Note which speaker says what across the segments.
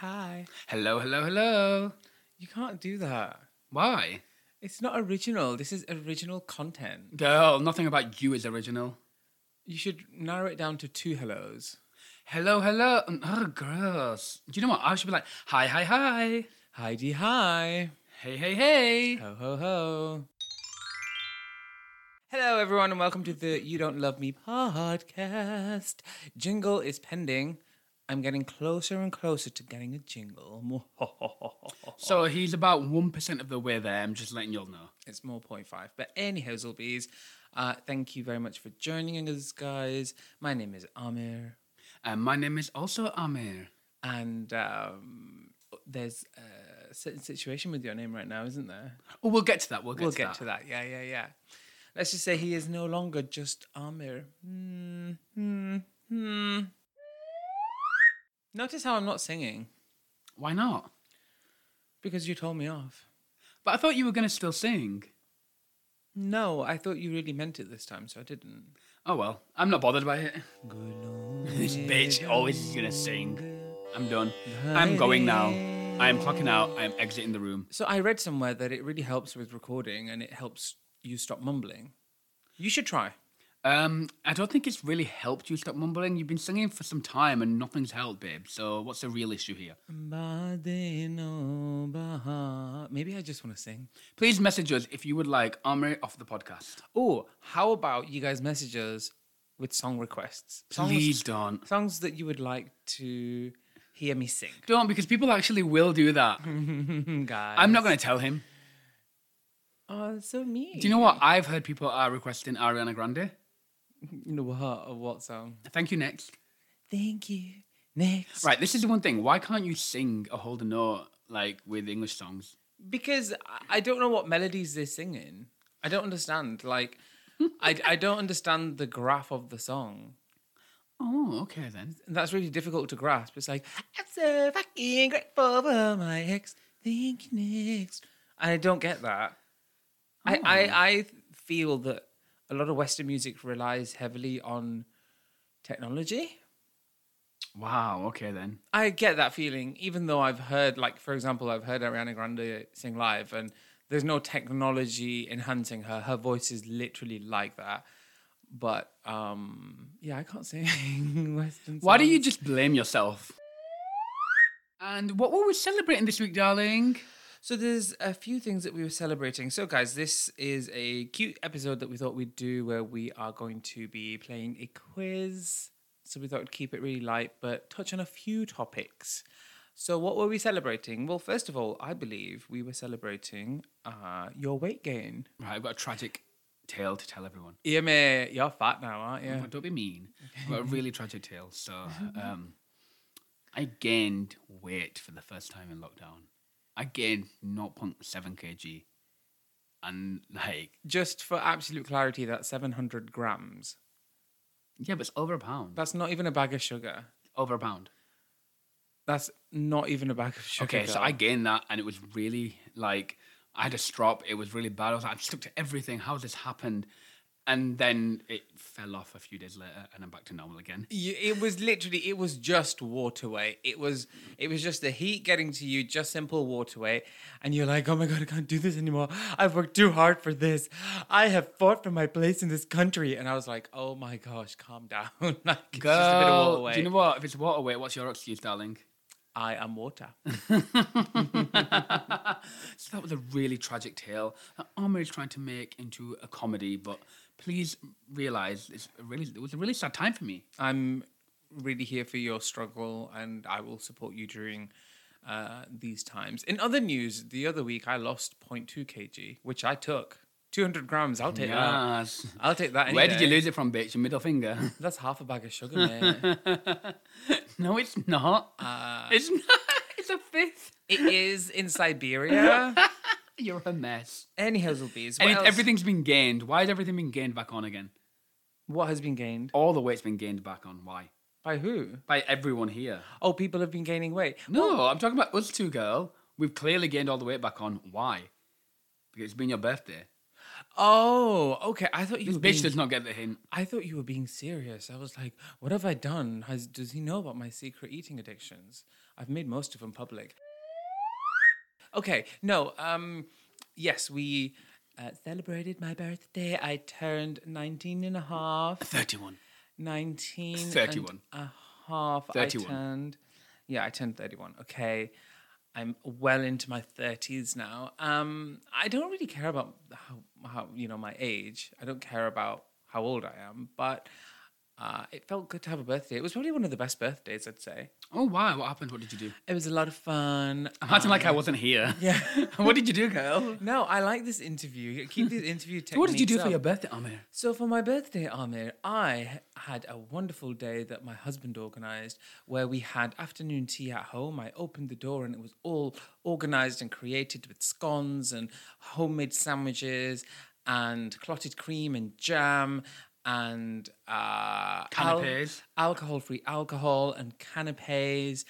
Speaker 1: Hi.
Speaker 2: Hello, hello, hello.
Speaker 1: You can't do that.
Speaker 2: Why?
Speaker 1: It's not original. This is original content.
Speaker 2: Girl, nothing about you is original.
Speaker 1: You should narrow it down to two hellos.
Speaker 2: Hello, hello. Um, Oh, girls. Do you know what? I should be like, hi, hi, hi.
Speaker 1: Heidi, hi.
Speaker 2: Hey, hey, hey.
Speaker 1: Ho, ho, ho. Hello, everyone, and welcome to the You Don't Love Me podcast. Jingle is pending. I'm getting closer and closer to getting a jingle.
Speaker 2: So he's about 1% of the way there. I'm just letting y'all know.
Speaker 1: It's more 0.5. But anyhow, Zulbies, uh, thank you very much for joining us, guys. My name is Amir,
Speaker 2: Um, my name is also Amir.
Speaker 1: and um, there's a certain situation with your name right now, isn't there?
Speaker 2: Oh, we'll get to that. We'll get,
Speaker 1: we'll
Speaker 2: to,
Speaker 1: get
Speaker 2: that.
Speaker 1: to that. Yeah, yeah, yeah. Let's just say he is no longer just Amir. Hmm, hmm, hmm. Notice how I'm not singing
Speaker 2: Why not?
Speaker 1: because you told me off.
Speaker 2: But I thought you were going to still sing.
Speaker 1: No, I thought you really meant it this time, so I didn't.
Speaker 2: Oh, well. I'm not bothered by it. this bitch always is going to sing. I'm done. I'm going now. I am clocking out. I am exiting the room.
Speaker 1: So I read somewhere that it really helps with recording and it helps you stop mumbling. You should try.
Speaker 2: Um, I don't think it's really helped you stop mumbling. You've been singing for some time and nothing's helped, babe. So what's the real issue here?
Speaker 1: Maybe I just want to sing.
Speaker 2: Please message us if you would like Armory off the podcast.
Speaker 1: Oh, how about you guys message us with song requests? Songs,
Speaker 2: Please don't.
Speaker 1: Songs that you would like to hear me sing.
Speaker 2: Don't, because people actually will do that.
Speaker 1: guys.
Speaker 2: I'm not going to tell him.
Speaker 1: Oh, so me.
Speaker 2: Do you know what? I've heard people are requesting Ariana Grande.
Speaker 1: You know what? What song?
Speaker 2: Thank you, next.
Speaker 1: Thank you. Next.
Speaker 2: Right, this is the one thing. Why can't you sing or hold a note like with English songs?
Speaker 1: because I- I don't know what melodies they're singing. I don't understand. Like, I, I don't understand the graph of the song.
Speaker 2: Oh, okay then.
Speaker 1: And that's really difficult to grasp. It's like, I'm so fucking grateful for my ex. Think next. I don't get that. I, I, I feel that a lot of Western music relies heavily on technology.
Speaker 2: Wow, okay then.
Speaker 1: I get that feeling, even though I've heard, like, for example, I've heard Ariana Grande sing live, and there's no technology enhancing her. Her voice is literally like that. But um, yeah, I can't sing Western.
Speaker 2: Why do you
Speaker 1: songs.
Speaker 2: just blame yourself? And what were we celebrating this week, darling?
Speaker 1: So there's a few things that we were celebrating. So guys, this is a cute episode that we thought we'd do where we are going to be playing a quiz. So we thought we'd keep it really light but touch on a few topics. So what were we celebrating? Well, first of all, I believe we were celebrating uh, your weight gain.
Speaker 2: Right, I've got a tragic tale to tell everyone.
Speaker 1: Yame, you're fat now, aren't you?
Speaker 2: Don't be mean. I've got a really tragic tale. So, um, I gained weight for the first time in lockdown. I gained 0.7 kg. And, like,
Speaker 1: Just for absolute clarity, that's 700 grams.
Speaker 2: yeah, but it's over a pound.
Speaker 1: That's not even a bag of sugar.
Speaker 2: Over a pound.
Speaker 1: That's not even a bag of sugar.
Speaker 2: Okay, so
Speaker 1: girl.
Speaker 2: I gained that, and it was really like I had a strop. It was really bad. I was like, I've stuck to everything. How has this happened? And then it fell off a few days later, and I'm back to normal again.
Speaker 1: You, it was literally, it was just water weight. It was, it was just the heat getting to you, just simple water weight, and you're like, oh my god, I can't do this anymore. I've worked too hard for this. I have fought for my place in this country, and I was like, oh my gosh, calm down. like, it's just a bit of water
Speaker 2: do you
Speaker 1: weight.
Speaker 2: know what? If it's water weight, what's your excuse, darling?
Speaker 1: I am water.
Speaker 2: So that was a really tragic tale that Armour is trying to make into a comedy, but please realize it's a really it was a really sad time for me.
Speaker 1: I'm really here for your struggle, and I will support you during uh, these times. In other news, the other week I lost 0.2 kg, which I took. 200 grams, I'll take that.
Speaker 2: Yes.
Speaker 1: I'll take that. any
Speaker 2: Where did you
Speaker 1: day.
Speaker 2: lose it from, bitch? Your middle finger?
Speaker 1: That's half a bag of sugar, man.
Speaker 2: no, it's not. it's not. It's a fifth.
Speaker 1: it is in Siberia.
Speaker 2: You're a mess.
Speaker 1: Any Hazelbees. What,
Speaker 2: And it,
Speaker 1: else-
Speaker 2: everything's been gained. Why has everything been gained back on again?
Speaker 1: what has been gained?
Speaker 2: All the weight's been gained back on. Why?
Speaker 1: By who?
Speaker 2: By everyone here.
Speaker 1: Oh, people have been gaining weight.
Speaker 2: No, I'm talking about us two, girl. We've clearly gained all the weight back on. Why? Because it's been your birthday.
Speaker 1: Oh, okay. I thought you
Speaker 2: This
Speaker 1: were
Speaker 2: bitch
Speaker 1: being,
Speaker 2: does not get the hint.
Speaker 1: I thought you were being serious. I was like, what have I done? Has, does he know about my secret eating addictions? I've made most of them public. Okay, no. Um, yes, we uh, celebrated my birthday. I turned 19 and a half.
Speaker 2: 31.
Speaker 1: 19
Speaker 2: 31.
Speaker 1: and a half
Speaker 2: 31.
Speaker 1: I turned yeah I turned 31 okay I'm well into my 30s now um I don't really care about how, how you know my age I don't care about how old I am but uh, it felt good to have a birthday it was probably one of the best birthdays I'd say
Speaker 2: Oh, why? What happened? What did you do?
Speaker 1: it was a lot of fun
Speaker 2: I'm acting like I wasn't here.
Speaker 1: yeah
Speaker 2: what did you do, girl?
Speaker 1: no I like this interview keep these interview techniques
Speaker 2: So what did you do for
Speaker 1: up.
Speaker 2: your birthday, Oh, Amir?
Speaker 1: So for my birthday, Amir, I had a wonderful day that my husband organised, where we had afternoon tea at home. I opened the door and it was all organised and created with scones and homemade sandwiches and clotted cream and jam and uh,
Speaker 2: Canapes.
Speaker 1: alcohol-free alcohol and canapes.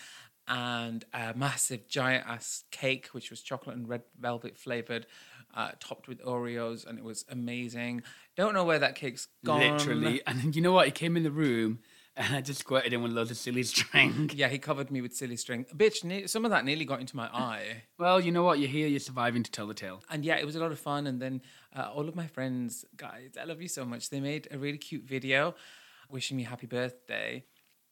Speaker 1: And a massive giant ass cake, which was chocolate and red velvet flavored, uh, topped with Oreos, and it was amazing. Don't know where that cake's gone.
Speaker 2: Literally. And you know what? He came in the room and I just squirted him with loads of silly drink.
Speaker 1: Yeah, he covered me with silly string. Bitch, ne- some of that nearly got into my eye.
Speaker 2: Well, you know what? You're here, you're surviving to tell the tale.
Speaker 1: and yeah, it was a lot of fun. And then uh, all of my friends, guys, I love you so much. They made a really cute video wishing me happy birthday.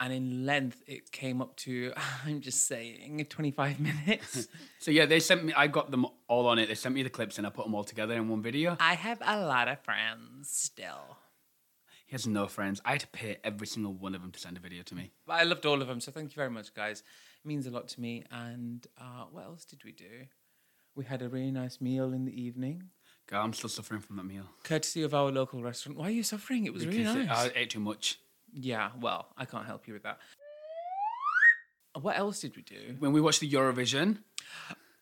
Speaker 1: And in length, it came up to, I'm just saying, 25 minutes.
Speaker 2: So yeah, they sent me. I got them all on it. They sent me the clips, and I put them all together in one video.
Speaker 1: I have a lot of friends still.
Speaker 2: He has no friends. I had to pay every single one of them to send a video to me.
Speaker 1: But I loved all of them. So thank you very much, guys. It means a lot to me. And uh, what else did we do? We had a really nice meal in the evening,
Speaker 2: God, I'm still suffering from that meal.
Speaker 1: courtesy of our local restaurant. Why are you suffering? It was really
Speaker 2: Because uh,
Speaker 1: nice.
Speaker 2: it- I ate too much.
Speaker 1: Yeah, well, I can't help you with that. What else did we do?
Speaker 2: When we watched the Eurovision,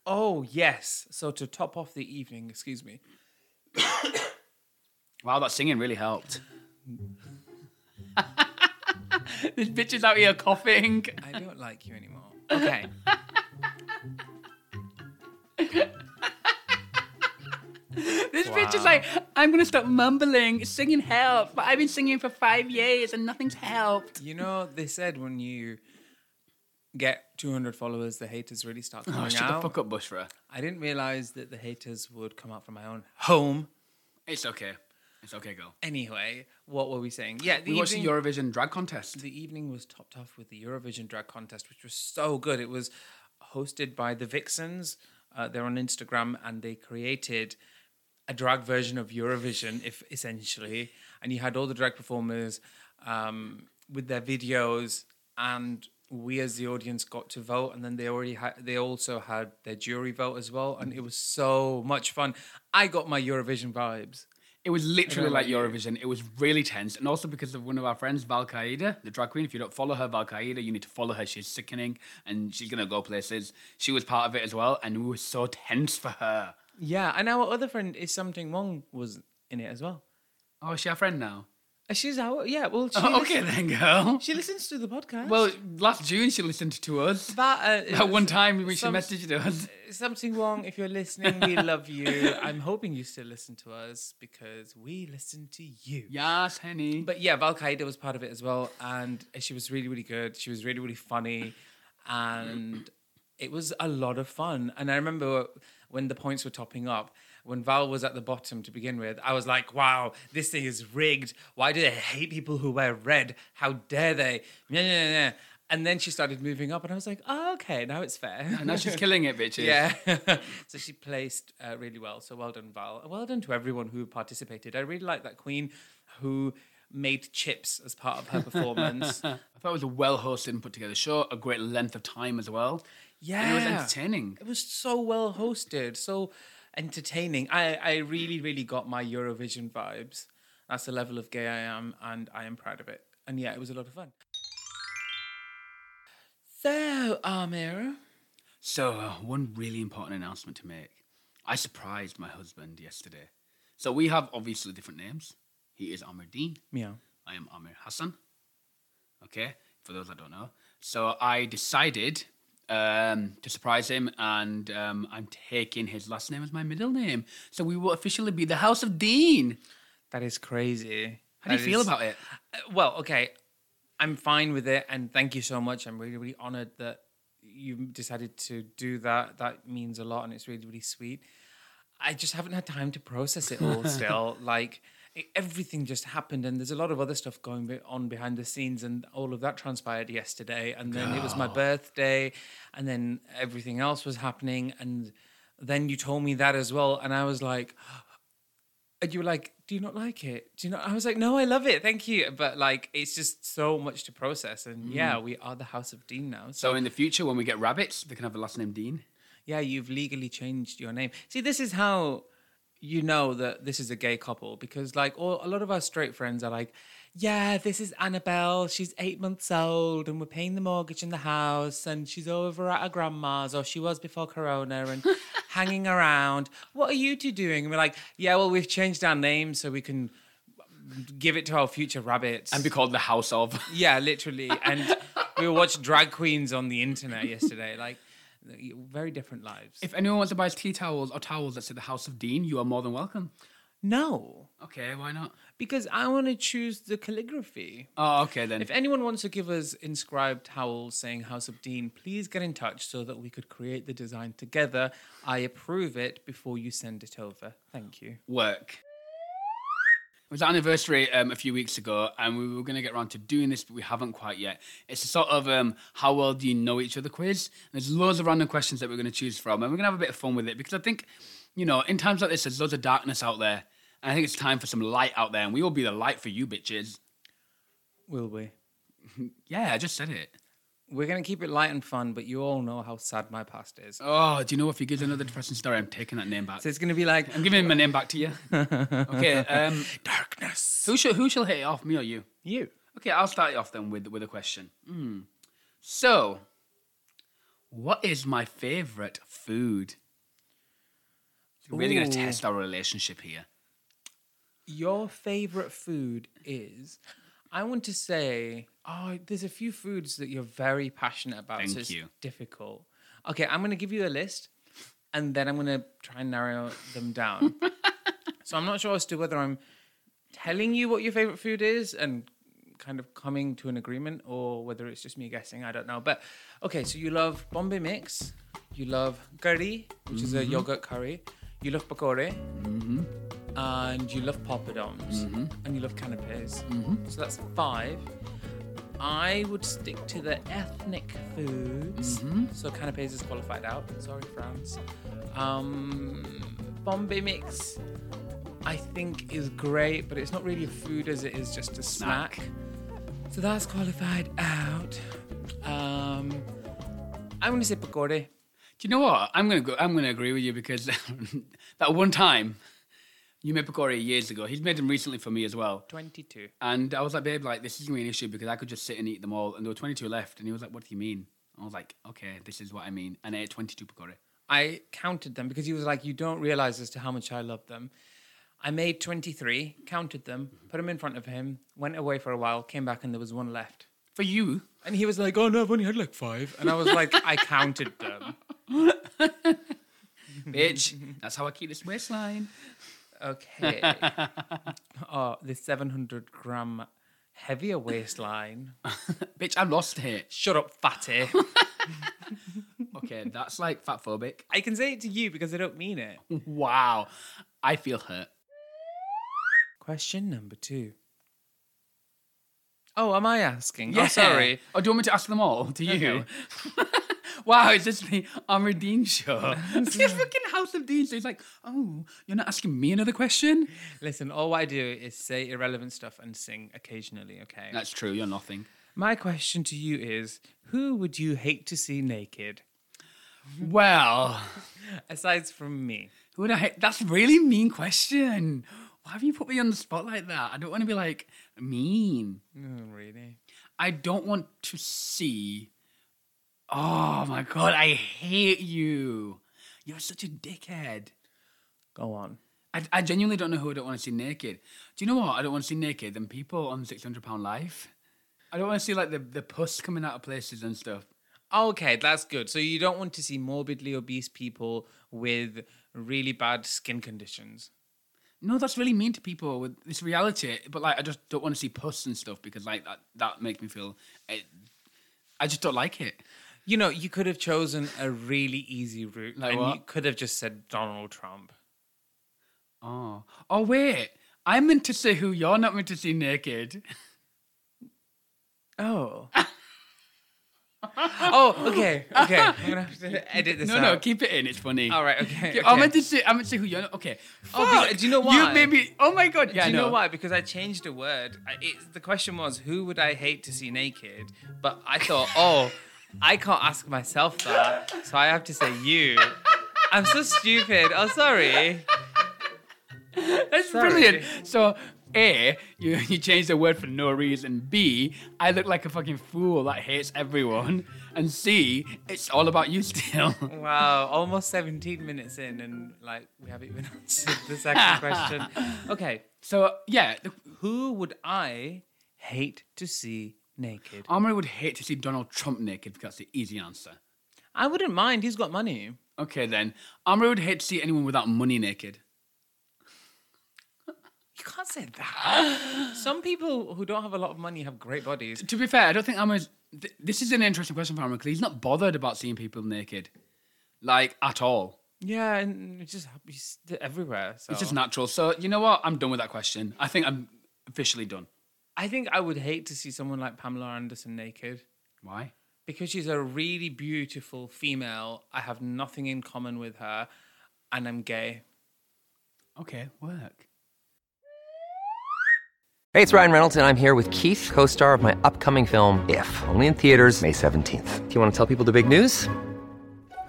Speaker 1: Oh, yes. So to top off the evening, excuse me.
Speaker 2: wow, that singing really helped. this bitch is out here coughing.
Speaker 1: I don't like you anymore. Okay.
Speaker 2: This bitch is like, I'm gonna stop mumbling. Singing helped, but I've been singing for five years and nothing's helped.
Speaker 1: You know, they said when you get 200 followers, the haters really start coming
Speaker 2: Oh, shut
Speaker 1: out.
Speaker 2: the fuck up, Bushra.
Speaker 1: I didn't realize that the haters would come out from my own home.
Speaker 2: It's okay. It's okay, girl.
Speaker 1: Anyway, what were we saying? Yeah, the
Speaker 2: We watched the
Speaker 1: evening-
Speaker 2: Eurovision drag contest.
Speaker 1: The evening was topped off with the Eurovision drag contest, which was so good. It was hosted by the Vixens. Uh, they're on Instagram and they created a drag version of Eurovision, if essentially. And you had all the drag performers um, with their videos, and we as the audience got to vote. And then they already had, they also had their jury vote as well, and it was so much fun. I got my Eurovision vibes.
Speaker 2: It was literally
Speaker 1: about
Speaker 2: like Eurovision. It was really tense. And also because of one of our friends, Val Qaeda, the drag queen. If you don't follow her, Val Qaeda, you need to follow her. She's sickening and she's going to go places. She was part of it as well. And we were so tense for her.
Speaker 1: Yeah, and our other friend is something wrong was in it as well.
Speaker 2: Oh, is she our friend now?
Speaker 1: Uh, She's our yeah. Well, she
Speaker 2: Oh,
Speaker 1: lis-
Speaker 2: okay then, girl.
Speaker 1: She listens to the podcast.
Speaker 2: Well, last June she listened to us.
Speaker 1: that, uh,
Speaker 2: That one time when she
Speaker 1: some-
Speaker 2: messaged us.
Speaker 1: something wrong. If you're listening, we love you. I'm hoping you still listen to us because we listen to you.
Speaker 2: Yes, honey.
Speaker 1: But yeah, Val Qaeda was part of it as well, and she was really, really good. She was really, really funny, and it was a lot of fun. And I remember when the points were topping up, when Val was at the bottom to begin with, I was like, "Wow, this thing is rigged. Why do they hate people who wear red? How dare they?" Yeah, yeah, yeah. And then she started moving up, and I was like, oh, okay, now it's fair.
Speaker 2: And now she's killing it, bitches.
Speaker 1: Yeah. so she placed uh, really well. So well done, Val. And Well done to everyone who participated. I really like that queen who made chips as part of her performance.
Speaker 2: I thought it was a well hosted and put together show, a great length of time as well.
Speaker 1: yeah.
Speaker 2: And it was entertaining.
Speaker 1: It was so well hosted, so entertaining. I, I really, really got my Eurovision vibes. That's the level of gay I am, and I am proud of it. And yeah, it was a lot of fun. So, Amira,
Speaker 2: So, uh, one really important announcement to make. I surprised my husband yesterday. So, we have obviously different names. He is Amir Dean.
Speaker 1: yeah,
Speaker 2: I am Amir Hassan. Okay, for those that don't know. So, I decided um, to surprise him, and um, I'm taking his last name as my middle name. So, we will officially be the House of Dean.
Speaker 1: that is crazy.
Speaker 2: How do you
Speaker 1: That
Speaker 2: feel
Speaker 1: is-
Speaker 2: about it?
Speaker 1: Uh, Well, okay, I'm fine with it, and thank you so much. I'm really, really honored that you decided to do that. That means a lot, and it's really, really sweet. I just haven't had time to process it all still. like, e- everything just happened, and there's a lot of other stuff going be- on behind the scenes, and all of that transpired yesterday. And then it was my birthday, and then everything else was happening. And then you told me that as well, and I was like, and you were like, "Do you not like it? Do you not?" I was like, "No, I love it, thank you." But like, it's just so much to process, and yeah, we are the House of Dean now. So
Speaker 2: So, in the future, when we get rabbits, they can have the last name Dean.
Speaker 1: yeah, you've legally changed your name. See, this is how you know that this is a gay couple because like all, a lot of our straight friends are like, "Yeah, this is Annabelle. She's eight months old, and we're paying the mortgage in the house, and she's over at her grandma's, or she was before Corona, and." Hanging around. What are you two doing? And we're like, yeah, well, we've changed our name so we can give it to our future rabbits.
Speaker 2: and be called the House of.
Speaker 1: yeah, literally. And we were watching drag queens on the internet yesterday. Like, very different lives.
Speaker 2: If anyone wants to buy us tea towels or towels that say the House of Dean, you are more than welcome.
Speaker 1: no,
Speaker 2: Okay, why not?
Speaker 1: because I want to choose the calligraphy.
Speaker 2: Oh, okay then.
Speaker 1: If anyone wants to give us inscribed towels saying House of Dean, please get in touch so that we could create the design together. I approve it before you send it over. Thank you.
Speaker 2: Work. It was our anniversary um, a few weeks ago, and we were going to get around to doing this, but we haven't quite yet. It's a sort of um, how well do you know each other quiz. And there's loads of random questions that we're going to choose from, and we're going to have a bit of fun with it because I think, you know, in times like this, there's loads of darkness out there, and I think it's time for some light out there, and we will be the light for you, bitches.
Speaker 1: Will we?
Speaker 2: Yeah, I just said it.
Speaker 1: We're going to keep it light and fun, but you all know how sad my past is.
Speaker 2: Oh, do you know if he gives another depressing story, I'm taking that name back.
Speaker 1: So it's going to be like
Speaker 2: I'm giving my name back to you. okay. Um,
Speaker 1: darkness.
Speaker 2: who shall who shall hit it off, me or you?
Speaker 1: You.
Speaker 2: Okay, I'll start it off then with with a question. Hmm. So, what is my favorite food? We're really going
Speaker 1: Ooh.
Speaker 2: to test our relationship here.
Speaker 1: Your favorite food is? I want to say, oh, there's a few foods that you're very passionate about. so
Speaker 2: Thank
Speaker 1: it's
Speaker 2: you.
Speaker 1: difficult. Okay, I'm going to give you a list and then I'm going to try and narrow them down. so I'm not sure as to whether I'm telling you what your favorite food is and kind of coming to an agreement or whether it's just me guessing. I don't know. But okay, so you love Bombay mix, you love curry, which is
Speaker 2: Mm-hmm.
Speaker 1: a yogurt curry, you love pakore and you love poppadoms and you love canapes. So that's five. I would stick to the ethnic foods. So canapes is qualified out. Sorry, France. Um, Bombay mix, I think, is great, but it's not really a food as it is just a snack. So that's qualified out. Um, I'm going to say pakora.
Speaker 2: Do you know what? I'm gonna go. I'm gonna agree with you because that one time you made pakora years ago. He's made them recently for me as well.
Speaker 1: 22.
Speaker 2: And I was like, babe, like this isn't really an issue because I could just sit and eat them all. And there were 22 left. And he was like, what do you mean? I was like, okay, this is what I mean. And I ate 22 pakora.
Speaker 1: I counted them because he was like, "You don't realize as to how much I love them." I made twenty-three, counted them, put them in front of him, went away for a while, came back, and there was one left.
Speaker 2: For you,
Speaker 1: And he was like, "Oh no, I've only had like five. And I was like, "I counted them."
Speaker 2: bitch. That's how I keep this waistline.
Speaker 1: Okay. oh, the seven hundred gram heavier waistline.
Speaker 2: Bitch, I lost it.
Speaker 1: Shut up, fatty.
Speaker 2: Okay, that's like fat phobic.
Speaker 1: I can say it to you because I don't mean it.
Speaker 2: Wow. I feel hurt.
Speaker 1: Question number two. Oh, am I asking?
Speaker 2: Yeah.
Speaker 1: Oh, sorry.
Speaker 2: Oh, do you want me to ask them all to you?
Speaker 1: Okay.
Speaker 2: wow, it's literally Amra Dean show. it's just fucking House of Dean. So he's like, oh, you're not asking me another question?
Speaker 1: Listen, all I do is say irrelevant stuff and sing occasionally, okay?
Speaker 2: That's true. You're nothing.
Speaker 1: My question to you is who would you hate to see naked?
Speaker 2: Well,
Speaker 1: Aside from me.
Speaker 2: who would I? hate? That's a really mean question. Why have you put me on the spot like that? I don't want to be like mean.
Speaker 1: Oh, really?
Speaker 2: I don't want to see. Oh my god, I hate you. You're such a dickhead.
Speaker 1: Go on.
Speaker 2: I, I genuinely don't know who I don't want to see naked. Do you know what? I don't want to see naked than people on six hundred pound life. I don't want to see like the, the pus coming out of places and stuff.
Speaker 1: Okay, that's good. So you don't want to see morbidly obese people with really bad skin conditions.
Speaker 2: No, that's really mean to people with this reality. But like, I just don't want to see pus and stuff because like that that makes me feel. I, I just don't like it.
Speaker 1: You know, you could have chosen a really easy route.
Speaker 2: Like
Speaker 1: and you
Speaker 2: what?
Speaker 1: could have just said Donald Trump.
Speaker 2: Oh, oh wait, I'm meant to see who you're not meant to see naked.
Speaker 1: Oh. oh, okay. Okay. I'm going to have to edit this
Speaker 2: no,
Speaker 1: out.
Speaker 2: no, keep it in. It's funny.
Speaker 1: All right, okay,
Speaker 2: Yeah, I'm
Speaker 1: okay.
Speaker 2: meant to see. I'm meant to see who you're not. Okay.
Speaker 1: Oh, because-
Speaker 2: Fuck!
Speaker 1: do you know
Speaker 2: You
Speaker 1: why?
Speaker 2: maybe. Oh my god. Yeah,
Speaker 1: Do you
Speaker 2: I
Speaker 1: know why? Because I changed a word. I, it, the question was, who would I hate to see naked? But I thought, oh, I can't ask myself that, so I have to say you. I'm so stupid. Oh, sorry.
Speaker 2: That's
Speaker 1: Sorry.
Speaker 2: brilliant. So, A, you, you changed the word for no reason. B, I look like a fucking fool that hates everyone. And C, it's all about you still.
Speaker 1: Wow, almost 17 minutes in, and like we haven't even answered the second question. Okay,
Speaker 2: so, yeah, the,
Speaker 1: who would I hate to see naked?
Speaker 2: Armory would hate to see Donald Trump naked because that's the easy answer.
Speaker 1: I wouldn't mind. He's got money.
Speaker 2: Okay, then. Armory would hate to see anyone without money naked.
Speaker 1: You can't say that. Some people who don't have a lot of money have great bodies.
Speaker 2: To be fair, I don't think Armory's. Th- this is an interesting question for Armory because he's not bothered about seeing people naked, like, at all.
Speaker 1: Yeah, and it just happens everywhere. So.
Speaker 2: It's just natural. So, you know what? I'm done with that question. I think I'm officially done.
Speaker 1: I think I would hate to see someone like Pamela Anderson naked
Speaker 2: Why?
Speaker 1: because she's a really beautiful female. I have nothing in common with her, and I'm gay.
Speaker 2: Okay, work.
Speaker 3: Hey, it's Ryan Reynolds, and I'm here with Keith, co star of my upcoming film, If, only in theaters, May 17th. Do you want to tell people the big news?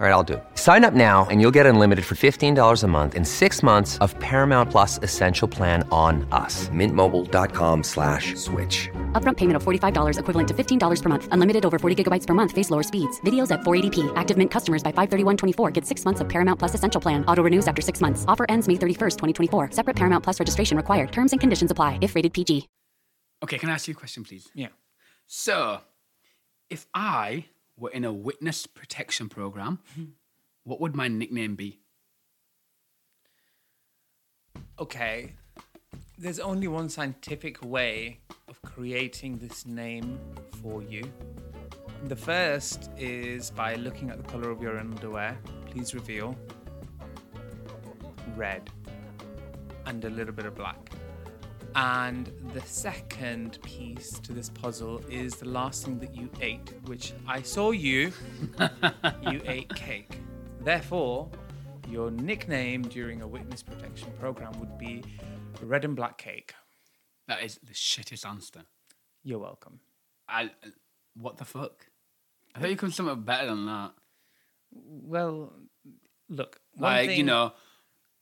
Speaker 3: All right, I'll do it. Sign up now and you'll get unlimited for $15 a month and six months of Paramount Plus Essential Plan on us. Mintmobile.com slash switch.
Speaker 4: Upfront payment of $45 equivalent to $15 per month. Unlimited over 40 gigabytes per month. Face lower speeds. Videos at 480p. Active Mint customers by 531.24 get six months of Paramount Plus Essential Plan. Auto renews after six months. Offer ends May 31st, 2024. Separate Paramount Plus registration required. Terms and conditions apply if rated PG.
Speaker 2: Okay, can I ask you a question, please?
Speaker 1: Yeah.
Speaker 2: So, if I were in a witness protection program, what would my nickname be?
Speaker 1: Okay. There's only one scientific way of creating this name for you. The first is by looking at the color of your underwear. Please reveal red and a little bit of black. And the second piece to this puzzle is the last thing that you ate, which I saw you. you ate cake. Therefore, your nickname during a witness protection program would be Red and Black Cake.
Speaker 2: That is the shittest answer.
Speaker 1: You're welcome.
Speaker 2: I, what the fuck? I thought you could something better than that.
Speaker 1: Well, look, one
Speaker 2: Like, you
Speaker 1: thing
Speaker 2: know,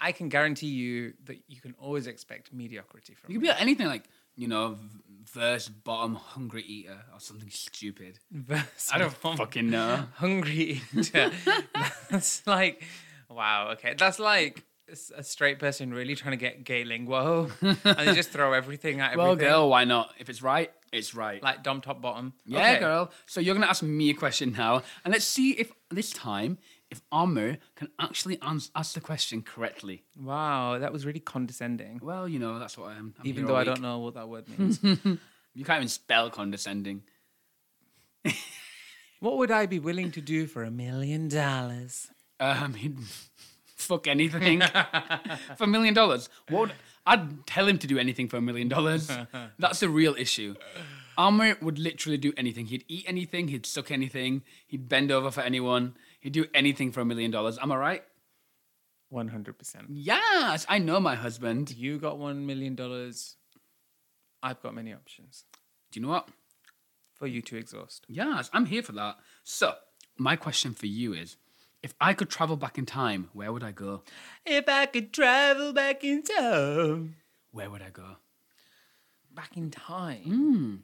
Speaker 1: I can guarantee you that you can always expect mediocrity from
Speaker 2: you could
Speaker 1: me.
Speaker 2: be like anything like, you know, v- verse bottom hungry eater or something stupid.
Speaker 1: Verse
Speaker 2: I don't
Speaker 1: one.
Speaker 2: fucking know.
Speaker 1: hungry eater. That's like, wow, okay. That's like s- a straight person really trying to get gay lingo and they just throw everything at
Speaker 2: Well,
Speaker 1: everything.
Speaker 2: girl, why not? If it's right, it's right.
Speaker 1: Like dom top bottom.
Speaker 2: Yeah,
Speaker 1: Okay.
Speaker 2: girl. So you're gonna ask me a question now, and let's see if this time, if Amu can actually ans- ask the question correctly.
Speaker 1: Wow, that was really condescending.
Speaker 2: Well, you know that's what I am. I'm
Speaker 1: Even
Speaker 2: here
Speaker 1: though
Speaker 2: all
Speaker 1: I don't
Speaker 2: week.
Speaker 1: know what that word means.
Speaker 2: you can't even spell condescending.
Speaker 1: what would I be willing to do for a million dollars?
Speaker 2: Uh, I mean, fuck anything for a million dollars. What? Would, I'd tell him to do anything for a million dollars. That's the real issue. Armour would literally do anything. He'd eat anything. He'd suck anything. He'd bend over for anyone. He'd do anything for a million dollars. Am I right?
Speaker 1: One hundred percent.
Speaker 2: Yes, I know my husband. Do
Speaker 1: You got one million dollars. I've got many options
Speaker 2: you know what?
Speaker 1: for you to exhaust.
Speaker 2: Yes, I'm here for that. So, my question for you is if I could travel back in time, where would I go?
Speaker 1: If I could travel back in time,
Speaker 2: Where would I go?
Speaker 1: back in time. Mm,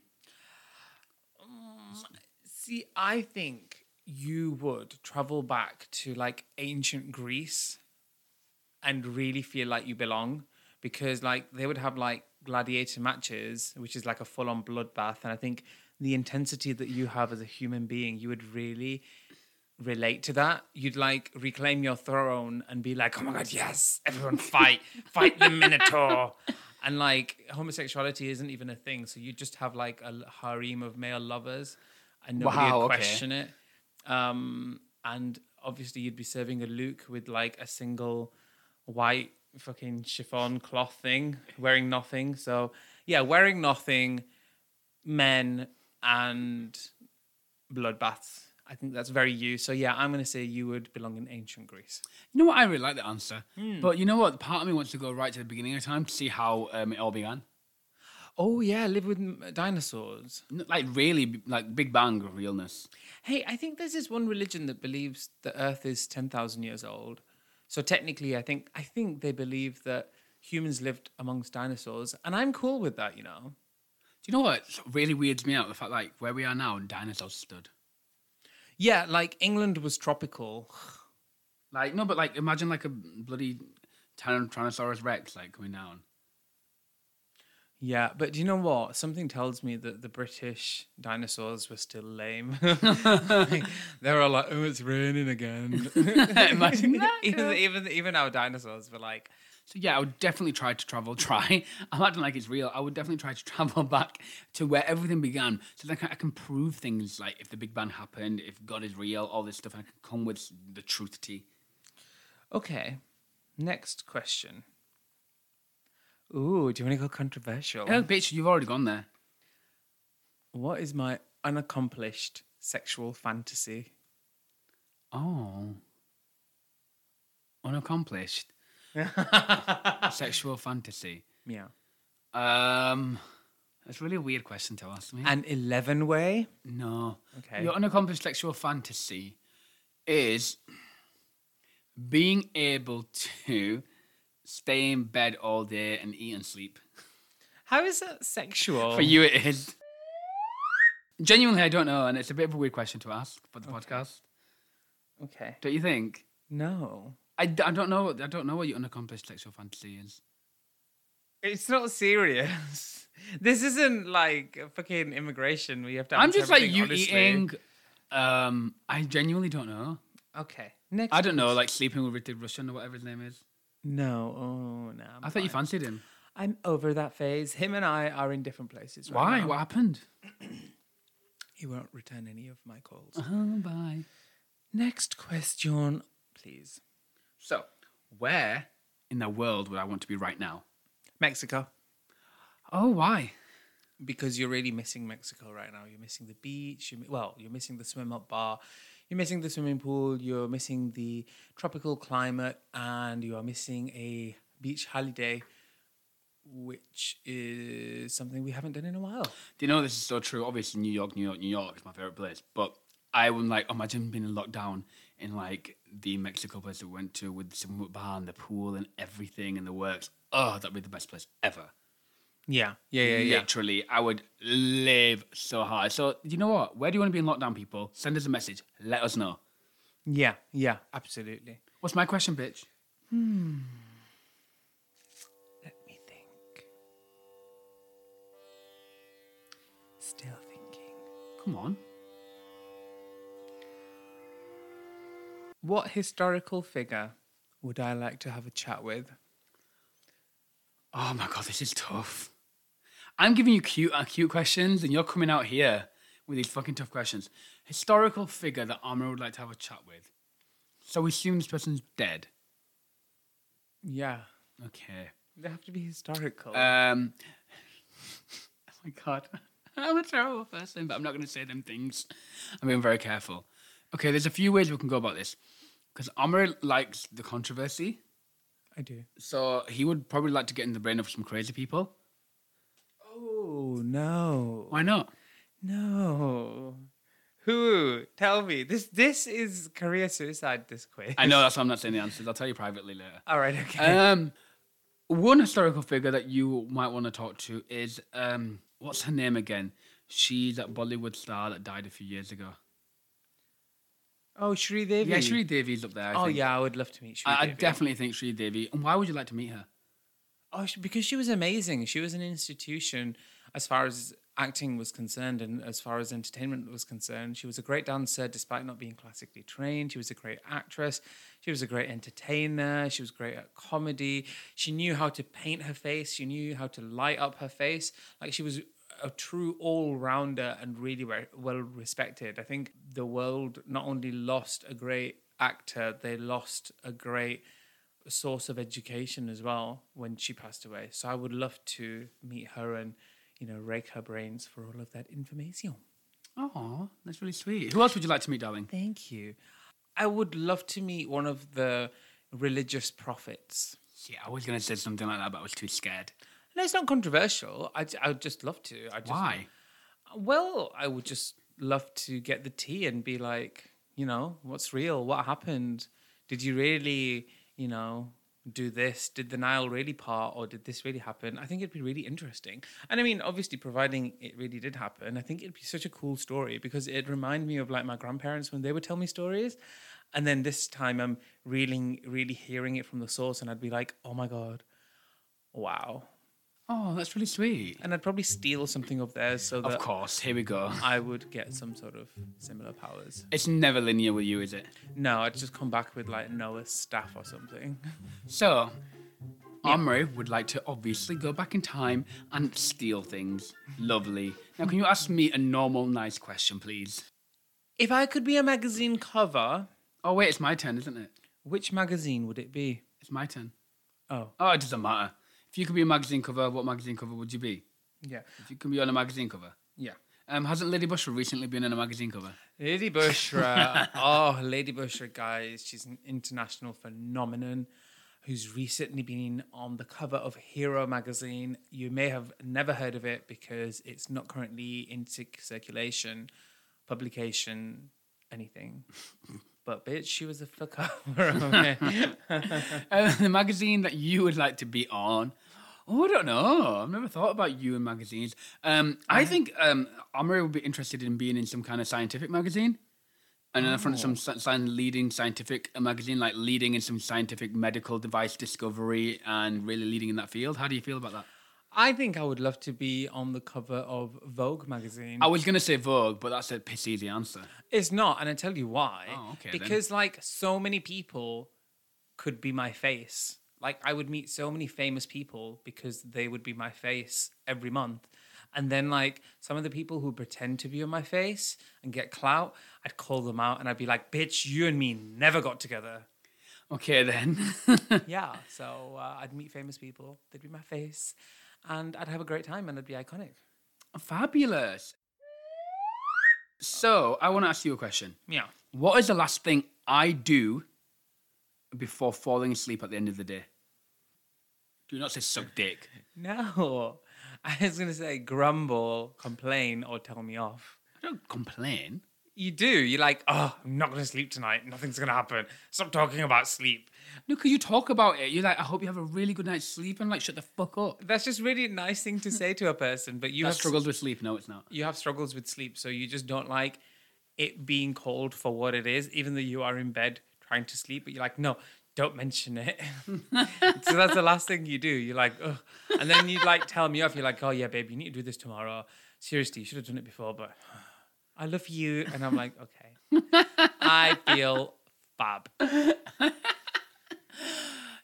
Speaker 2: Hmm.
Speaker 1: See, I think you would travel back to like ancient Greece and really feel like you belong because like they would have like gladiator matches, which is like a full on bloodbath. And I think the intensity that you have as a human being, you would really relate to that. You'd like reclaim your throne and be like, oh my God, yes, everyone fight, fight the Minotaur. And like homosexuality isn't even a thing. So you just have like a l- harem of male lovers and nobody
Speaker 2: Wow,
Speaker 1: would
Speaker 2: okay.
Speaker 1: question it. Um, and obviously you'd be serving a Luke with like a single white fucking chiffon cloth thing, wearing nothing. So yeah, wearing nothing, men and bloodbaths. I think that's very you. So yeah, I'm gonna say you would belong in ancient Greece.
Speaker 2: You know what? I really like the answer. But you know what? Part of me wants to go right to the beginning of time to see how um, it all began.
Speaker 1: Oh yeah, live with m- dinosaurs.
Speaker 2: N- Like, really, b- like Big Bang of realness.
Speaker 1: Hey, I think there's this one religion that believes the Earth is ten thousand years old. So technically, I think I think they believe that humans lived amongst dinosaurs, and I'm cool with that. You know,
Speaker 2: Do you know what really weirds me out? The fact, like, where we are now, dinosaurs stood.
Speaker 1: yeah, like England was tropical.
Speaker 2: Like, no, but like, imagine like a bloody Tyrannosaurus Rex, like, coming down.
Speaker 1: Yeah, but do you know what? Something tells me that the British dinosaurs were still lame. they were all like, "Oh, it's raining again."
Speaker 2: Imagine that.
Speaker 1: even, even even our dinosaurs were like,
Speaker 2: So yeah, I would definitely try to travel. Try. I'm acting like it's real. I would definitely try to travel back to where everything began, so that I can, I can prove things like if the Big Bang happened, if God is real, all this stuff. I can come with the truth tea.
Speaker 1: "Okay, next question." Ooh, do you want to go controversial?
Speaker 2: Oh, bitch, you've already gone there.
Speaker 1: What is my unaccomplished sexual fantasy?
Speaker 2: Oh, unaccomplished sexual fantasy.
Speaker 1: Yeah,
Speaker 2: Um, that's really a weird question to ask me.
Speaker 1: an eleven way.
Speaker 2: No.
Speaker 1: Okay.
Speaker 2: Your unaccomplished sexual fantasy is being able to stay in bed all day and eat and sleep.
Speaker 1: How is that sexual?
Speaker 2: For you, it is. Genuinely, I don't know, and it's a bit of a weird question to ask for the podcast.
Speaker 1: Okay.
Speaker 2: Don't you think?
Speaker 1: No,
Speaker 2: I, d- I don't know. I don't know what your unaccomplished sexual fantasy is.
Speaker 1: it's not serious. This isn't like fucking immigration where you have to.
Speaker 2: I'm
Speaker 1: answer
Speaker 2: just like
Speaker 1: everything
Speaker 2: you
Speaker 1: honestly.
Speaker 2: eating. Um, I genuinely don't know.
Speaker 1: Okay. Next.
Speaker 2: I don't know, like sleeping with Richard Russian or whatever his name is.
Speaker 1: No. Oh no. I'm
Speaker 2: I thought you
Speaker 1: fine.
Speaker 2: fancied him.
Speaker 1: I'm over that phase. Him and I are in different places. Right
Speaker 2: Why?
Speaker 1: now.
Speaker 2: What happened?
Speaker 1: He won't return any of my calls.
Speaker 2: Oh, bye.
Speaker 1: Next question, please.
Speaker 2: So, where in the world would I want to be right now?
Speaker 1: Mexico.
Speaker 2: Oh, why?
Speaker 1: because you're really missing Mexico right now. You're missing the beach. You're, mi- well, you're missing the swim up bar. You're missing the swimming pool. You're missing the tropical climate, and you are missing a beach holiday, which is something we haven't done in a while.
Speaker 2: Do you know this is so true? Obviously, New York, New York, New York is my favorite place. But I would like imagine being locked down in like the Mexico place we went to with the swim bar and the pool and everything and the works. Oh, that'd be the best place ever.
Speaker 1: Yeah, yeah, yeah, yeah.
Speaker 2: Literally, I would live so hard. So, you know what? Where do you want to be in lockdown, people? Send us a message. Let us know.
Speaker 1: Yeah, yeah, absolutely.
Speaker 2: What's my question, bitch?
Speaker 1: Let me think. Still thinking.
Speaker 2: Come on.
Speaker 1: What historical figure would I like to have a chat with?
Speaker 2: Oh my god, this is tough. I'm giving you cute, uh, cute questions, and you're coming out here with these fucking tough questions. Historical figure that Armour would like to have a chat with. So we assume this person's dead.
Speaker 1: Yeah,
Speaker 2: Okay.
Speaker 1: Uh, they have to be historical.
Speaker 2: Um. oh my god. I'm a terrible person, but I'm not going to say them things. I'm being very careful. Okay, there's a few ways we can go about this. Because Amr likes the controversy,
Speaker 1: I do.
Speaker 2: so he would probably like to get in the brain of some crazy people.
Speaker 1: Oh no,
Speaker 2: Why not?
Speaker 1: no. Who? Tell me. This this is career suicide. This quiz.
Speaker 2: I know that's why I'm not saying the answers. I'll tell you privately later.
Speaker 1: All right. Okay.
Speaker 2: Um, one historical figure that you might want to talk to is um, what's her name again? She's that Bollywood star that died a few years ago.
Speaker 1: oh, Shri Devi.
Speaker 2: Yeah, Shri Devi's up there. I
Speaker 1: Oh
Speaker 2: think.
Speaker 1: yeah, I would love to meet Shri
Speaker 2: I, I
Speaker 1: Devi.
Speaker 2: definitely think Shri Devi. And why would you like to meet her?
Speaker 1: Oh, she, because she was amazing. She was an institution as far as acting was concerned and as far as entertainment was concerned. She was a great dancer despite not being classically trained. She was a great actress. She was a great entertainer. She was great at comedy. She knew how to paint her face. She knew how to light up her face. Like she was a true all-rounder and really re- well respected. I think the world not only lost a great actor, they lost a great source of education as well when she passed away. So I would love to meet her and, you know, rake her brains for all of that information.
Speaker 2: Oh, that's really sweet. Who else would you like to meet, darling?
Speaker 1: Thank you. I would love to meet one of the religious prophets.
Speaker 2: Yeah, I was going to say something like that, but I was too scared.
Speaker 1: No, it's not controversial. I, I would just love to. I just,
Speaker 2: Why?
Speaker 1: Well, I would just love to get the tea and be like, you know, what's real? What happened? Did you really, you know, do this? Did the Nile really part or did this really happen? I think it'd be really interesting. And I mean, obviously, providing it really did happen, I think it'd be such a cool story because it reminded me of like my grandparents when they would tell me stories. And then this time I'm really, really hearing it from the source and I'd be like, oh my God, wow.
Speaker 2: Oh, that's really sweet.
Speaker 1: And I'd probably steal something of theirs so that
Speaker 2: Of course, here we go.
Speaker 1: I would get some sort of similar powers.
Speaker 2: It's never linear with you, is it?
Speaker 1: No, I'd just come back with like Noah's staff or something.
Speaker 2: So, Omri would like to obviously go back in time and steal things. Lovely. Now, can you ask me a normal, nice question, please?
Speaker 1: If I could be a magazine cover,
Speaker 2: Oh, wait, it's my turn, isn't it?
Speaker 1: which magazine would it be?
Speaker 2: It's my turn.
Speaker 1: Oh,
Speaker 2: Oh, it doesn't matter. If you could be a magazine cover, what magazine cover would you be?
Speaker 1: yeah,
Speaker 2: If you could be on a magazine cover.
Speaker 1: yeah.
Speaker 2: Um, hasn't Lady Bushra recently been on a magazine cover?
Speaker 1: Lady Bushra. oh, Lady Bushra, guys. She's an international phenomenon who's recently been on the cover of Hero magazine. You may have never heard of it because it's not currently in circ- circulation, publication, anything. But bitch, she was a fuck cover of it.
Speaker 2: Uh, the magazine that you would like to be on. Oh, I don't know. I've never thought about you in magazines. Um, I think um, Omri would be interested in being in some kind of scientific magazine, and then from some sci- sci- leading scientific uh, magazine, like leading in some scientific medical device discovery and really leading in that field. How do you feel about that?
Speaker 1: I think I would love to be on the cover of Vogue magazine.
Speaker 2: I was gonna say Vogue, but that's a piss easy answer.
Speaker 1: It's not, and I tell you why.
Speaker 2: Oh, okay then.
Speaker 1: Because like so many people could be my face. Like I would meet so many famous people because they would be my face every month. And then like some of the people who pretend to be on my face and get clout, I'd call them out and I'd be like, "Bitch, you and me never got together."
Speaker 2: Okay then.
Speaker 1: yeah. So uh, I'd meet famous people. They'd be my face, and I'd have a great time and I'd be iconic.
Speaker 2: Fabulous. So I want to ask you a question.
Speaker 1: Yeah.
Speaker 2: What is the last thing I do before falling asleep at the end of the day? Do not say suck dick.
Speaker 1: No, I was gonna say grumble, complain, or tell me off.
Speaker 2: I don't complain.
Speaker 1: You do. You're like, oh, I'm not going to sleep tonight. Nothing's going to happen. Stop talking about sleep.
Speaker 2: No, because you talk about it. You're like, I hope you have a really good night's sleep and like, shut the fuck up.
Speaker 1: That's just really a nice thing to say to a person, but you
Speaker 2: You
Speaker 1: have
Speaker 2: have struggles with sleep. No, it's not.
Speaker 1: You have struggles with sleep, so you just don't like it being called for what it is, even though you are in bed trying to sleep. But you're like, no, don't mention it. so that's the last thing you do. You're like, ugh. And then you like tell me off. You're like, oh yeah, babe, you need to do this tomorrow. Seriously, you should have done it before, but I love you. And I'm like, okay, I feel fab.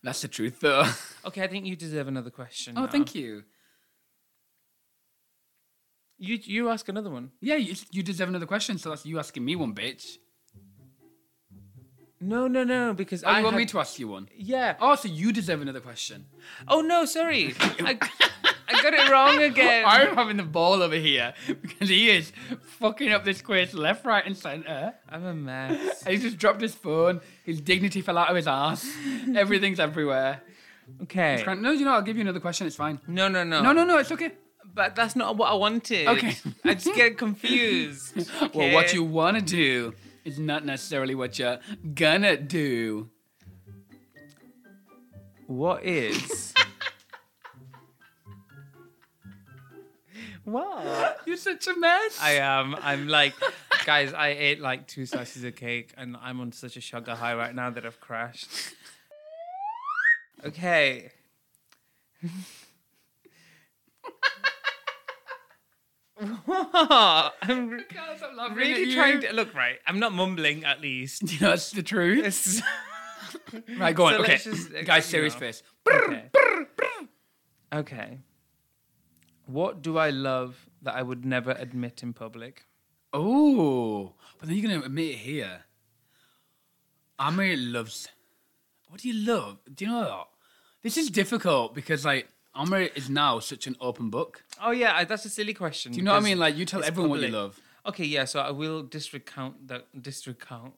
Speaker 2: That's the truth, though.
Speaker 1: Okay, I think you deserve another question.
Speaker 2: oh,
Speaker 1: now.
Speaker 2: thank you.
Speaker 1: You you ask another one.
Speaker 2: Yeah, you, you deserve another question. So that's you asking me one, bitch.
Speaker 1: No, no, no, because
Speaker 2: Oh,
Speaker 1: I
Speaker 2: you want
Speaker 1: had-
Speaker 2: me to ask you one?
Speaker 1: Yeah. Oh,
Speaker 2: Oh, so you deserve another question.
Speaker 1: no, sorry. I, I got it wrong again.
Speaker 2: I'm having the ball over here because he is fucking up this quiz left, right, and centre.
Speaker 1: I'm a mess.
Speaker 2: He's just dropped his phone. His dignity fell out of his ass. Everything's everywhere.
Speaker 1: Okay.
Speaker 2: Grant, No, you know, I'll give you another question. It's fine.
Speaker 1: No, no, no.
Speaker 2: No, no, no. It's okay.
Speaker 1: But that's not what I wanted.
Speaker 2: Okay.
Speaker 1: I just get confused.
Speaker 2: Well,
Speaker 1: okay?
Speaker 2: what you want to do is not necessarily what you're gonna do.
Speaker 1: What is? what?
Speaker 2: You're such a mess.
Speaker 1: I am. I'm like, guys. I ate like two slices of cake, and I'm on such a sugar high right now that I've crashed. Okay. what? I'm re-
Speaker 2: can't stop laughing at
Speaker 1: really
Speaker 2: you.
Speaker 1: trying to look right. I'm not mumbling, at least.
Speaker 2: You know, that's the truth.
Speaker 1: It's-
Speaker 2: Right, go on.
Speaker 1: So
Speaker 2: okay,
Speaker 1: let's just, uh,
Speaker 2: guys,
Speaker 1: you
Speaker 2: serious
Speaker 1: know.
Speaker 2: face.
Speaker 1: Okay. okay. What do I love that I would never admit in public?
Speaker 2: Oh, but then you're gonna admit it here. Amir loves. What do you love? Do you know what? This is difficult because like Amir is now such an open book.
Speaker 1: Oh yeah, I- that's a silly question.
Speaker 2: Do you know what I
Speaker 1: because-
Speaker 2: mean? Like you tell
Speaker 1: it's
Speaker 2: everyone what you
Speaker 1: public.
Speaker 2: love.
Speaker 1: Okay, yeah. So I will disrecount that. Disrecount.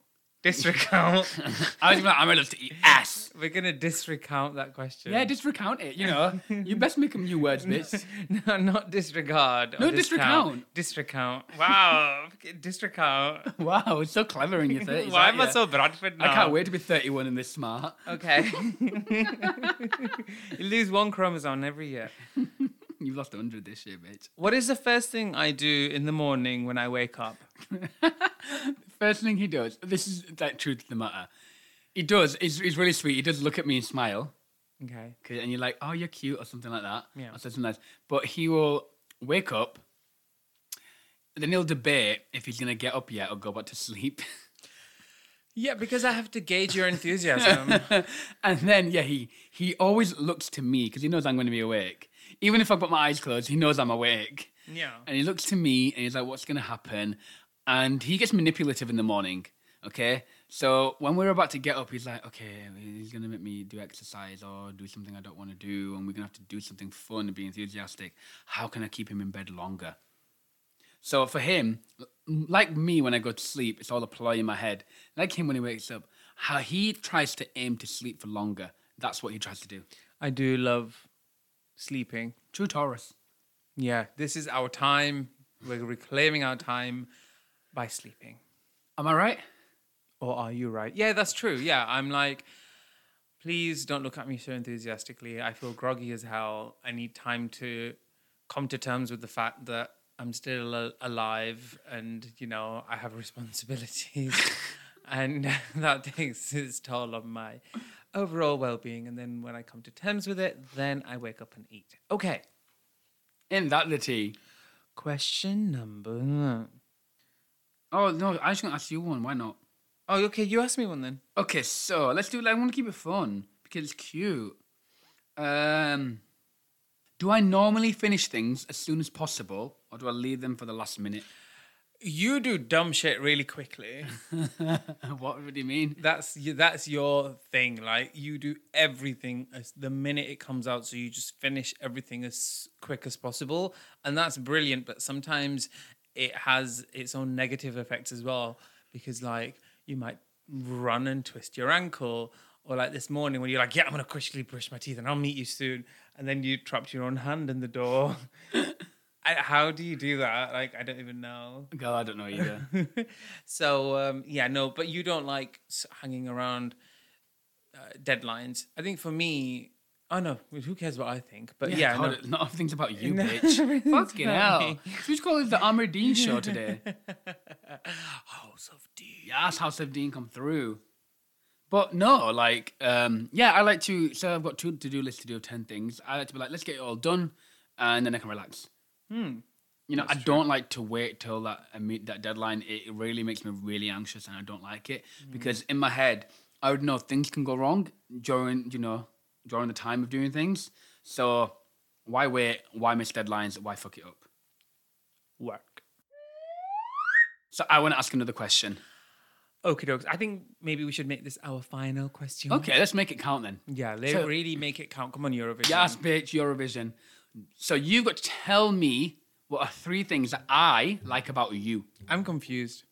Speaker 1: Disrecount.
Speaker 2: I was like, Amir loves to eat ass.
Speaker 1: We're gonna disrecount that question.
Speaker 2: Yeah, just recount it. You know, you best make 'em new words, bitch.
Speaker 1: no, not disregard. or
Speaker 2: No,
Speaker 1: discount. Disrecount. Wow. disrecount.
Speaker 2: Wow, it's so clever in your thirties.
Speaker 1: Why am I so Bradford now?
Speaker 2: I can't wait to be thirty-one and this smart.
Speaker 1: Okay. you lose one chromosome every year.
Speaker 2: You've lost hundred this year, bitch.
Speaker 1: What is the first thing I do in the morning when I wake up?
Speaker 2: First thing he does, this is that truth of the matter. He does. He's, he's really sweet. He does look at me and smile,
Speaker 1: Okay.
Speaker 2: 'Cause- and you're like, "Oh, you're cute" or something like that.
Speaker 1: Yeah.
Speaker 2: Or something nice. But he will wake up. Then he'll debate if he's gonna get up yet or go back to sleep.
Speaker 1: Yeah, because I have to gauge your enthusiasm.
Speaker 2: and then yeah, he he always looks to me because he knows I'm gonna be awake. Even if I've got my eyes closed, he knows I'm awake.
Speaker 1: yeah.
Speaker 2: And he looks to me and he's like, What's going to happen? And he gets manipulative in the morning. Okay. So when we're about to get up, he's like, Okay, he's going to make me do exercise or do something I don't want to do. And we're going to have to do something fun and be enthusiastic. How can I keep him in bed longer? So for him, like me when I go to sleep, it's all a ploy in my head. Like him when he wakes up, how he tries to aim to sleep for longer. That's what he tries to do.
Speaker 1: I do love sleeping.
Speaker 2: True Taurus.
Speaker 1: Yeah, this is our time. We're reclaiming our time by sleeping.
Speaker 2: Am I right?
Speaker 1: Or are you right? Yeah, that's true. Yeah, I'm like, please don't look at me so enthusiastically. I feel groggy as hell. I need time to come to terms with the fact that I'm still a- alive and, you know, I have responsibilities. and that takes its toll on my overall well being. And then when I come to terms with it, then I wake up and eat. Okay.
Speaker 2: In that the tea.
Speaker 1: Question number.
Speaker 2: Oh no, I was gonna ask you one. Why not?
Speaker 1: Oh, okay. You asked me one then.
Speaker 2: Okay, so let's do. I want to keep it fun because it's cute. Um, do I normally finish things as soon as possible, or do I leave them for the last minute?
Speaker 1: You do dumb shit really quickly.
Speaker 2: what do you mean?
Speaker 1: that's y- that's your thing. Like you do everything as the minute it comes out, so you just finish everything as quick as possible, and that's brilliant. But sometimes it has its own negative effects as well, because like you might run and twist your ankle, or like this morning when you're like, yeah, I'm gonna quickly brush my teeth, and I'll meet you soon, and then you trapped your own hand in the door. I- How do you do that? Like I don't even know.
Speaker 2: God, I don't know either.
Speaker 1: So um, yeah, no, but you don't like s- hanging around uh, deadlines. I think for me, oh no, who cares what I think? But yeah,
Speaker 2: God,
Speaker 1: no.
Speaker 2: it- not everything's about you, bitch. Fucking
Speaker 1: about
Speaker 2: hell.
Speaker 1: me.
Speaker 2: Should we just call it the Amr Dean show today?
Speaker 1: House of D.
Speaker 2: yes, House of Dean come through. But no, like, um, yeah, I like to. So I've got two to do lists to do of 10 things. I like to be like, let's get it all done, and then I can relax. You know, I don't like to wait till that I meet that deadline. It really makes me really anxious, and I don't like it
Speaker 1: Mm.
Speaker 2: because in my head, I would know things can go wrong during you know during the time of doing things. So why wait? Why miss deadlines? Why fuck it up?
Speaker 1: Work.
Speaker 2: So I want to ask another question.
Speaker 1: Okay, dokes. I think maybe we should make this our final question.
Speaker 2: Okay, let's make it count then.
Speaker 1: Yeah, let
Speaker 2: So-
Speaker 1: really make it count. Come on, Eurovision.
Speaker 2: Yes, bitch, Eurovision. So you've got to tell me what are three things that I like about you.
Speaker 1: I'm confused.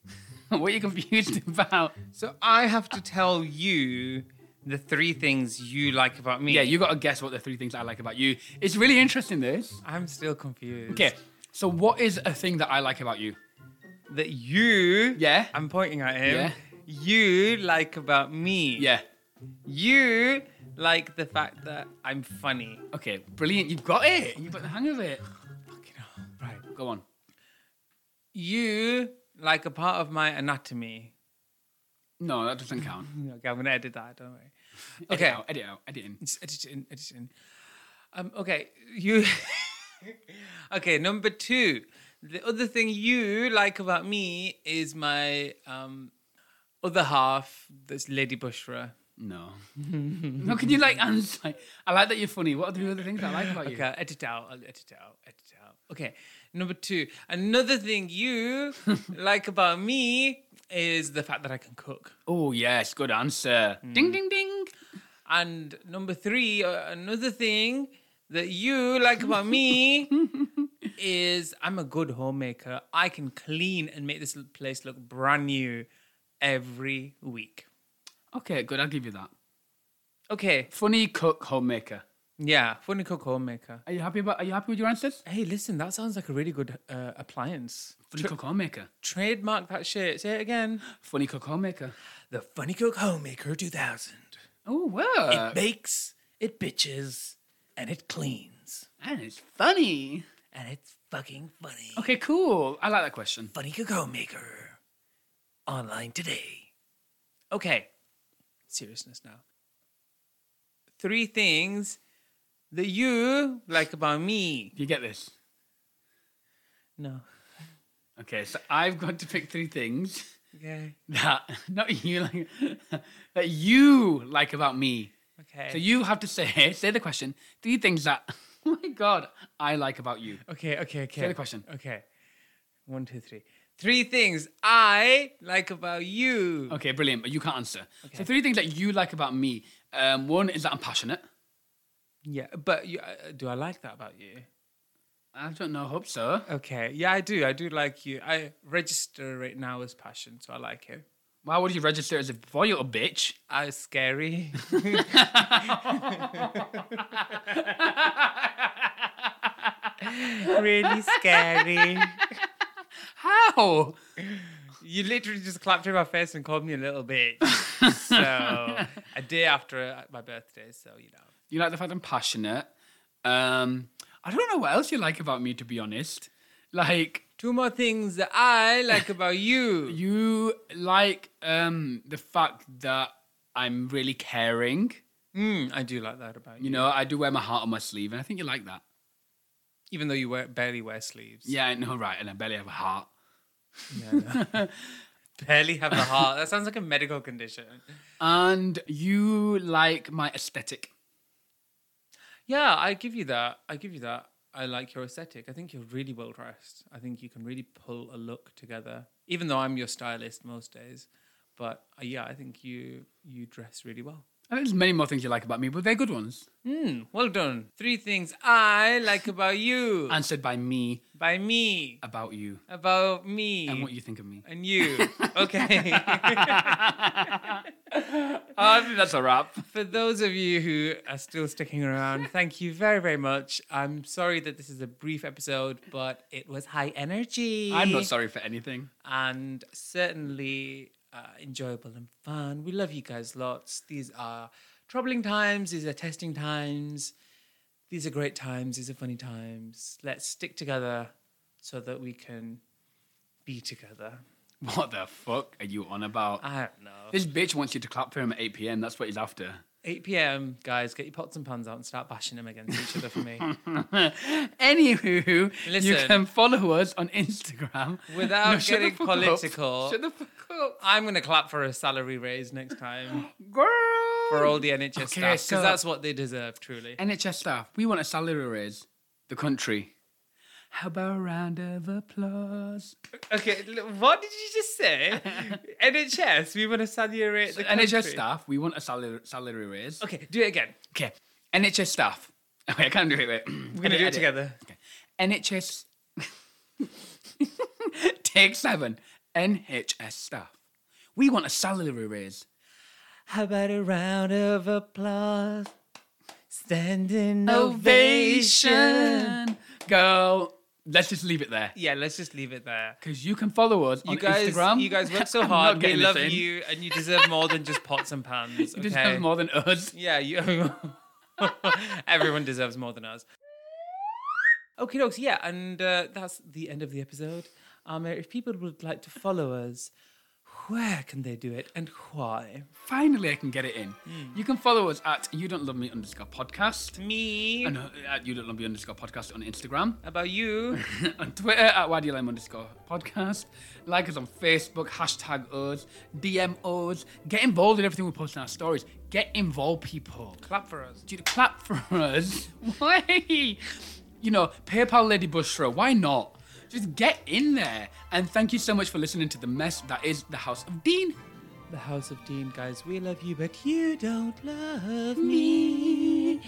Speaker 2: what are you confused about?
Speaker 1: So I have to tell you the three things you like about me.
Speaker 2: Yeah, you got to guess what the three things I like about you. It's really interesting, this.
Speaker 1: I'm still confused.
Speaker 2: Okay, so what is a thing that I like about you?
Speaker 1: That you.
Speaker 2: Yeah.
Speaker 1: I'm pointing at him.
Speaker 2: Yeah.
Speaker 1: You like about me.
Speaker 2: Yeah.
Speaker 1: You like the fact that I'm funny.
Speaker 2: Okay, brilliant. You've got it. You've got the hang of it.
Speaker 1: Fucking hell. Right.
Speaker 2: Go on.
Speaker 1: You like a part of my anatomy.
Speaker 2: No, that doesn't count.
Speaker 1: Okay, I'm gonna edit that. Don't worry.
Speaker 2: Edit
Speaker 1: Okay.
Speaker 2: out, edit out, edit in.
Speaker 1: Just edit it in, edit it in. Um, okay, you. okay, number two. The other thing you like about me is my um, other half. That's Lady Bushra.
Speaker 2: No. no, can you like answer? I like that you're funny. What are the other things I like about you?
Speaker 1: Okay, I'll edit it out. I'll edit it out. Edit it out. Okay, number two. Another thing you like about me is the fact that I can cook.
Speaker 2: Oh, yes, good answer.
Speaker 1: Hmm.
Speaker 2: Ding, ding, ding.
Speaker 1: And number three, uh, another thing that you like about me is I'm a good homemaker. I can clean and make this l- place look brand new every week.
Speaker 2: Okay, good. I'll give you that.
Speaker 1: Okay,
Speaker 2: Funny cook homemaker.
Speaker 1: yeah, funny cook homemaker.
Speaker 2: Are you happy about? Are you happy with your answers?
Speaker 1: Hey, listen, that sounds like a really good uh, appliance.
Speaker 2: Funny cook homemaker.
Speaker 1: Trademark that shit. Say it again.
Speaker 2: Funny cook homemaker.
Speaker 1: The Funny Cook Homemaker 2000.
Speaker 2: Oh wow!
Speaker 1: it bakes, it bitches, and it cleans.
Speaker 2: and it's funny.
Speaker 1: And it's fucking funny.
Speaker 2: Okay, cool. I like that question.
Speaker 1: Funny Cocoa Maker online today. Okay, seriousness now. Three things that you like about me.
Speaker 2: Do you get this?
Speaker 1: No.
Speaker 2: Okay, so I've got to pick three things
Speaker 1: Okay.
Speaker 2: that not you like that you like about me.
Speaker 1: Okay.
Speaker 2: So you have to say say the question. Three things that oh my god I like about you.
Speaker 1: Okay. Okay. Okay.
Speaker 2: the question.
Speaker 1: Okay. One, two, three. Three things I like about you.
Speaker 2: Okay, brilliant. But you can't answer. So three things that you like about me. Um, one is that I'm passionate.
Speaker 1: Yeah, but you, uh, do I like that about you?
Speaker 2: I don't know. Hope so.
Speaker 1: Okay. Yeah, I do. I do like you. I register right now as passion, so I like it.
Speaker 2: Why would you register as a boy or a bitch?
Speaker 1: I was scary. really scary.
Speaker 2: How?
Speaker 1: You literally just clapped in my face and called me a little bitch. so a day after uh, my birthday, so you know.
Speaker 2: You like the fact I'm passionate. Um, I don't know what else you like about me, to be honest. Like
Speaker 1: Two more things that I like about you.
Speaker 2: you like um the fact that I'm really caring.
Speaker 1: Mm, I do like that about you,
Speaker 2: You know, I do wear my heart on my sleeve, and I think you like that.
Speaker 1: even though you wear, barely wear sleeves.
Speaker 2: Yeah, I know, right? And I barely have a heart.
Speaker 1: Barely have a heart. That sounds like a medical condition.
Speaker 2: And you like my aesthetic.
Speaker 1: Yeah, I give you that. I give you that. I like your aesthetic. I think you're really well dressed. I think you can really pull a look together. Even though I'm your stylist most days, but uh, yeah, I think you you dress really well.
Speaker 2: And there's many more things you like about me, but they're good ones.
Speaker 1: Mm, well done. Three things I like about you,
Speaker 2: Answered by me
Speaker 1: by me,
Speaker 2: about you
Speaker 1: about me,
Speaker 2: and what you think of me.
Speaker 1: and you. Okay.
Speaker 2: I think that's a wrap.
Speaker 1: For those of you who are still sticking around, thank you very, very much. I'm sorry that this is a brief episode, but it was high energy.
Speaker 2: I'm not sorry for anything.
Speaker 1: and certainly uh, enjoyable and fun. We love you guys lots. These are troubling times, these are testing times, these are great times, these are funny times. Let's stick together so that we can be together.
Speaker 2: What the fuck are you on about?
Speaker 1: I don't know.
Speaker 2: This bitch wants you to clap for him at 8 p.m. That's what he's after.
Speaker 1: 8 p.m., guys, get your pots and pans out and start bashing them against each other for me.
Speaker 2: Anywho, you
Speaker 1: Listen.
Speaker 2: can follow us on Instagram.
Speaker 1: Without
Speaker 2: No, shut the
Speaker 1: getting
Speaker 2: fuck up.
Speaker 1: political.
Speaker 2: Shut the fuck up.
Speaker 1: I'm going to clap for a salary raise next time
Speaker 2: Girl.
Speaker 1: for all the NHS staff because
Speaker 2: so-
Speaker 1: that's what they deserve, truly.
Speaker 2: NHS staff, we want a salary raise. The country. How about a round of applause?
Speaker 1: Okay, l- what did you just say? NHS, we want to saturate the
Speaker 2: NHS
Speaker 1: country.
Speaker 2: staff, we want a salary, salary raise.
Speaker 1: Okay, do it again.
Speaker 2: Okay. NHS staff, Okay, I can't do it. Wait.
Speaker 1: We're gonna do it together.
Speaker 2: NHS. Take seven. NHS staff. We want a salary raise.
Speaker 1: How about a round of applause? Standing
Speaker 2: Ovation. Girl, let's just leave it there.
Speaker 1: Yeah, let's just leave it there.
Speaker 2: Because you can follow us
Speaker 1: You
Speaker 2: on
Speaker 1: guys,
Speaker 2: Instagram.
Speaker 1: you guys work so
Speaker 2: I'm
Speaker 1: hard.
Speaker 2: not
Speaker 1: We
Speaker 2: getting
Speaker 1: love
Speaker 2: this in.
Speaker 1: you, and you deserve more than just pots and pans.
Speaker 2: You
Speaker 1: Okay?
Speaker 2: deserve more than us.
Speaker 1: Yeah, you. Everyone deserves more than us. Okay, dogs. Yeah, and uh, that's the end of the episode. Um, if people would like to follow us, where can they do it and why?
Speaker 2: Finally, I can get it in.
Speaker 1: Hmm.
Speaker 2: You can follow us at you don't love me underscore podcast.
Speaker 1: Me
Speaker 2: And uh, at you don't love me underscore podcast on Instagram.
Speaker 1: about you.
Speaker 2: on Twitter at YDLM underscore podcast. Like us on Facebook, hashtag us, DM us. Get involved in everything we post in our stories. Get involved, people.
Speaker 1: Clap for us.
Speaker 2: Do you clap for us? Why? You know, PayPal Lady Bushra, why not? Just get in there. And thank you so much for listening to the mess that is the House of Dean.
Speaker 1: The House of Dean, guys. We love you, but you don't love me.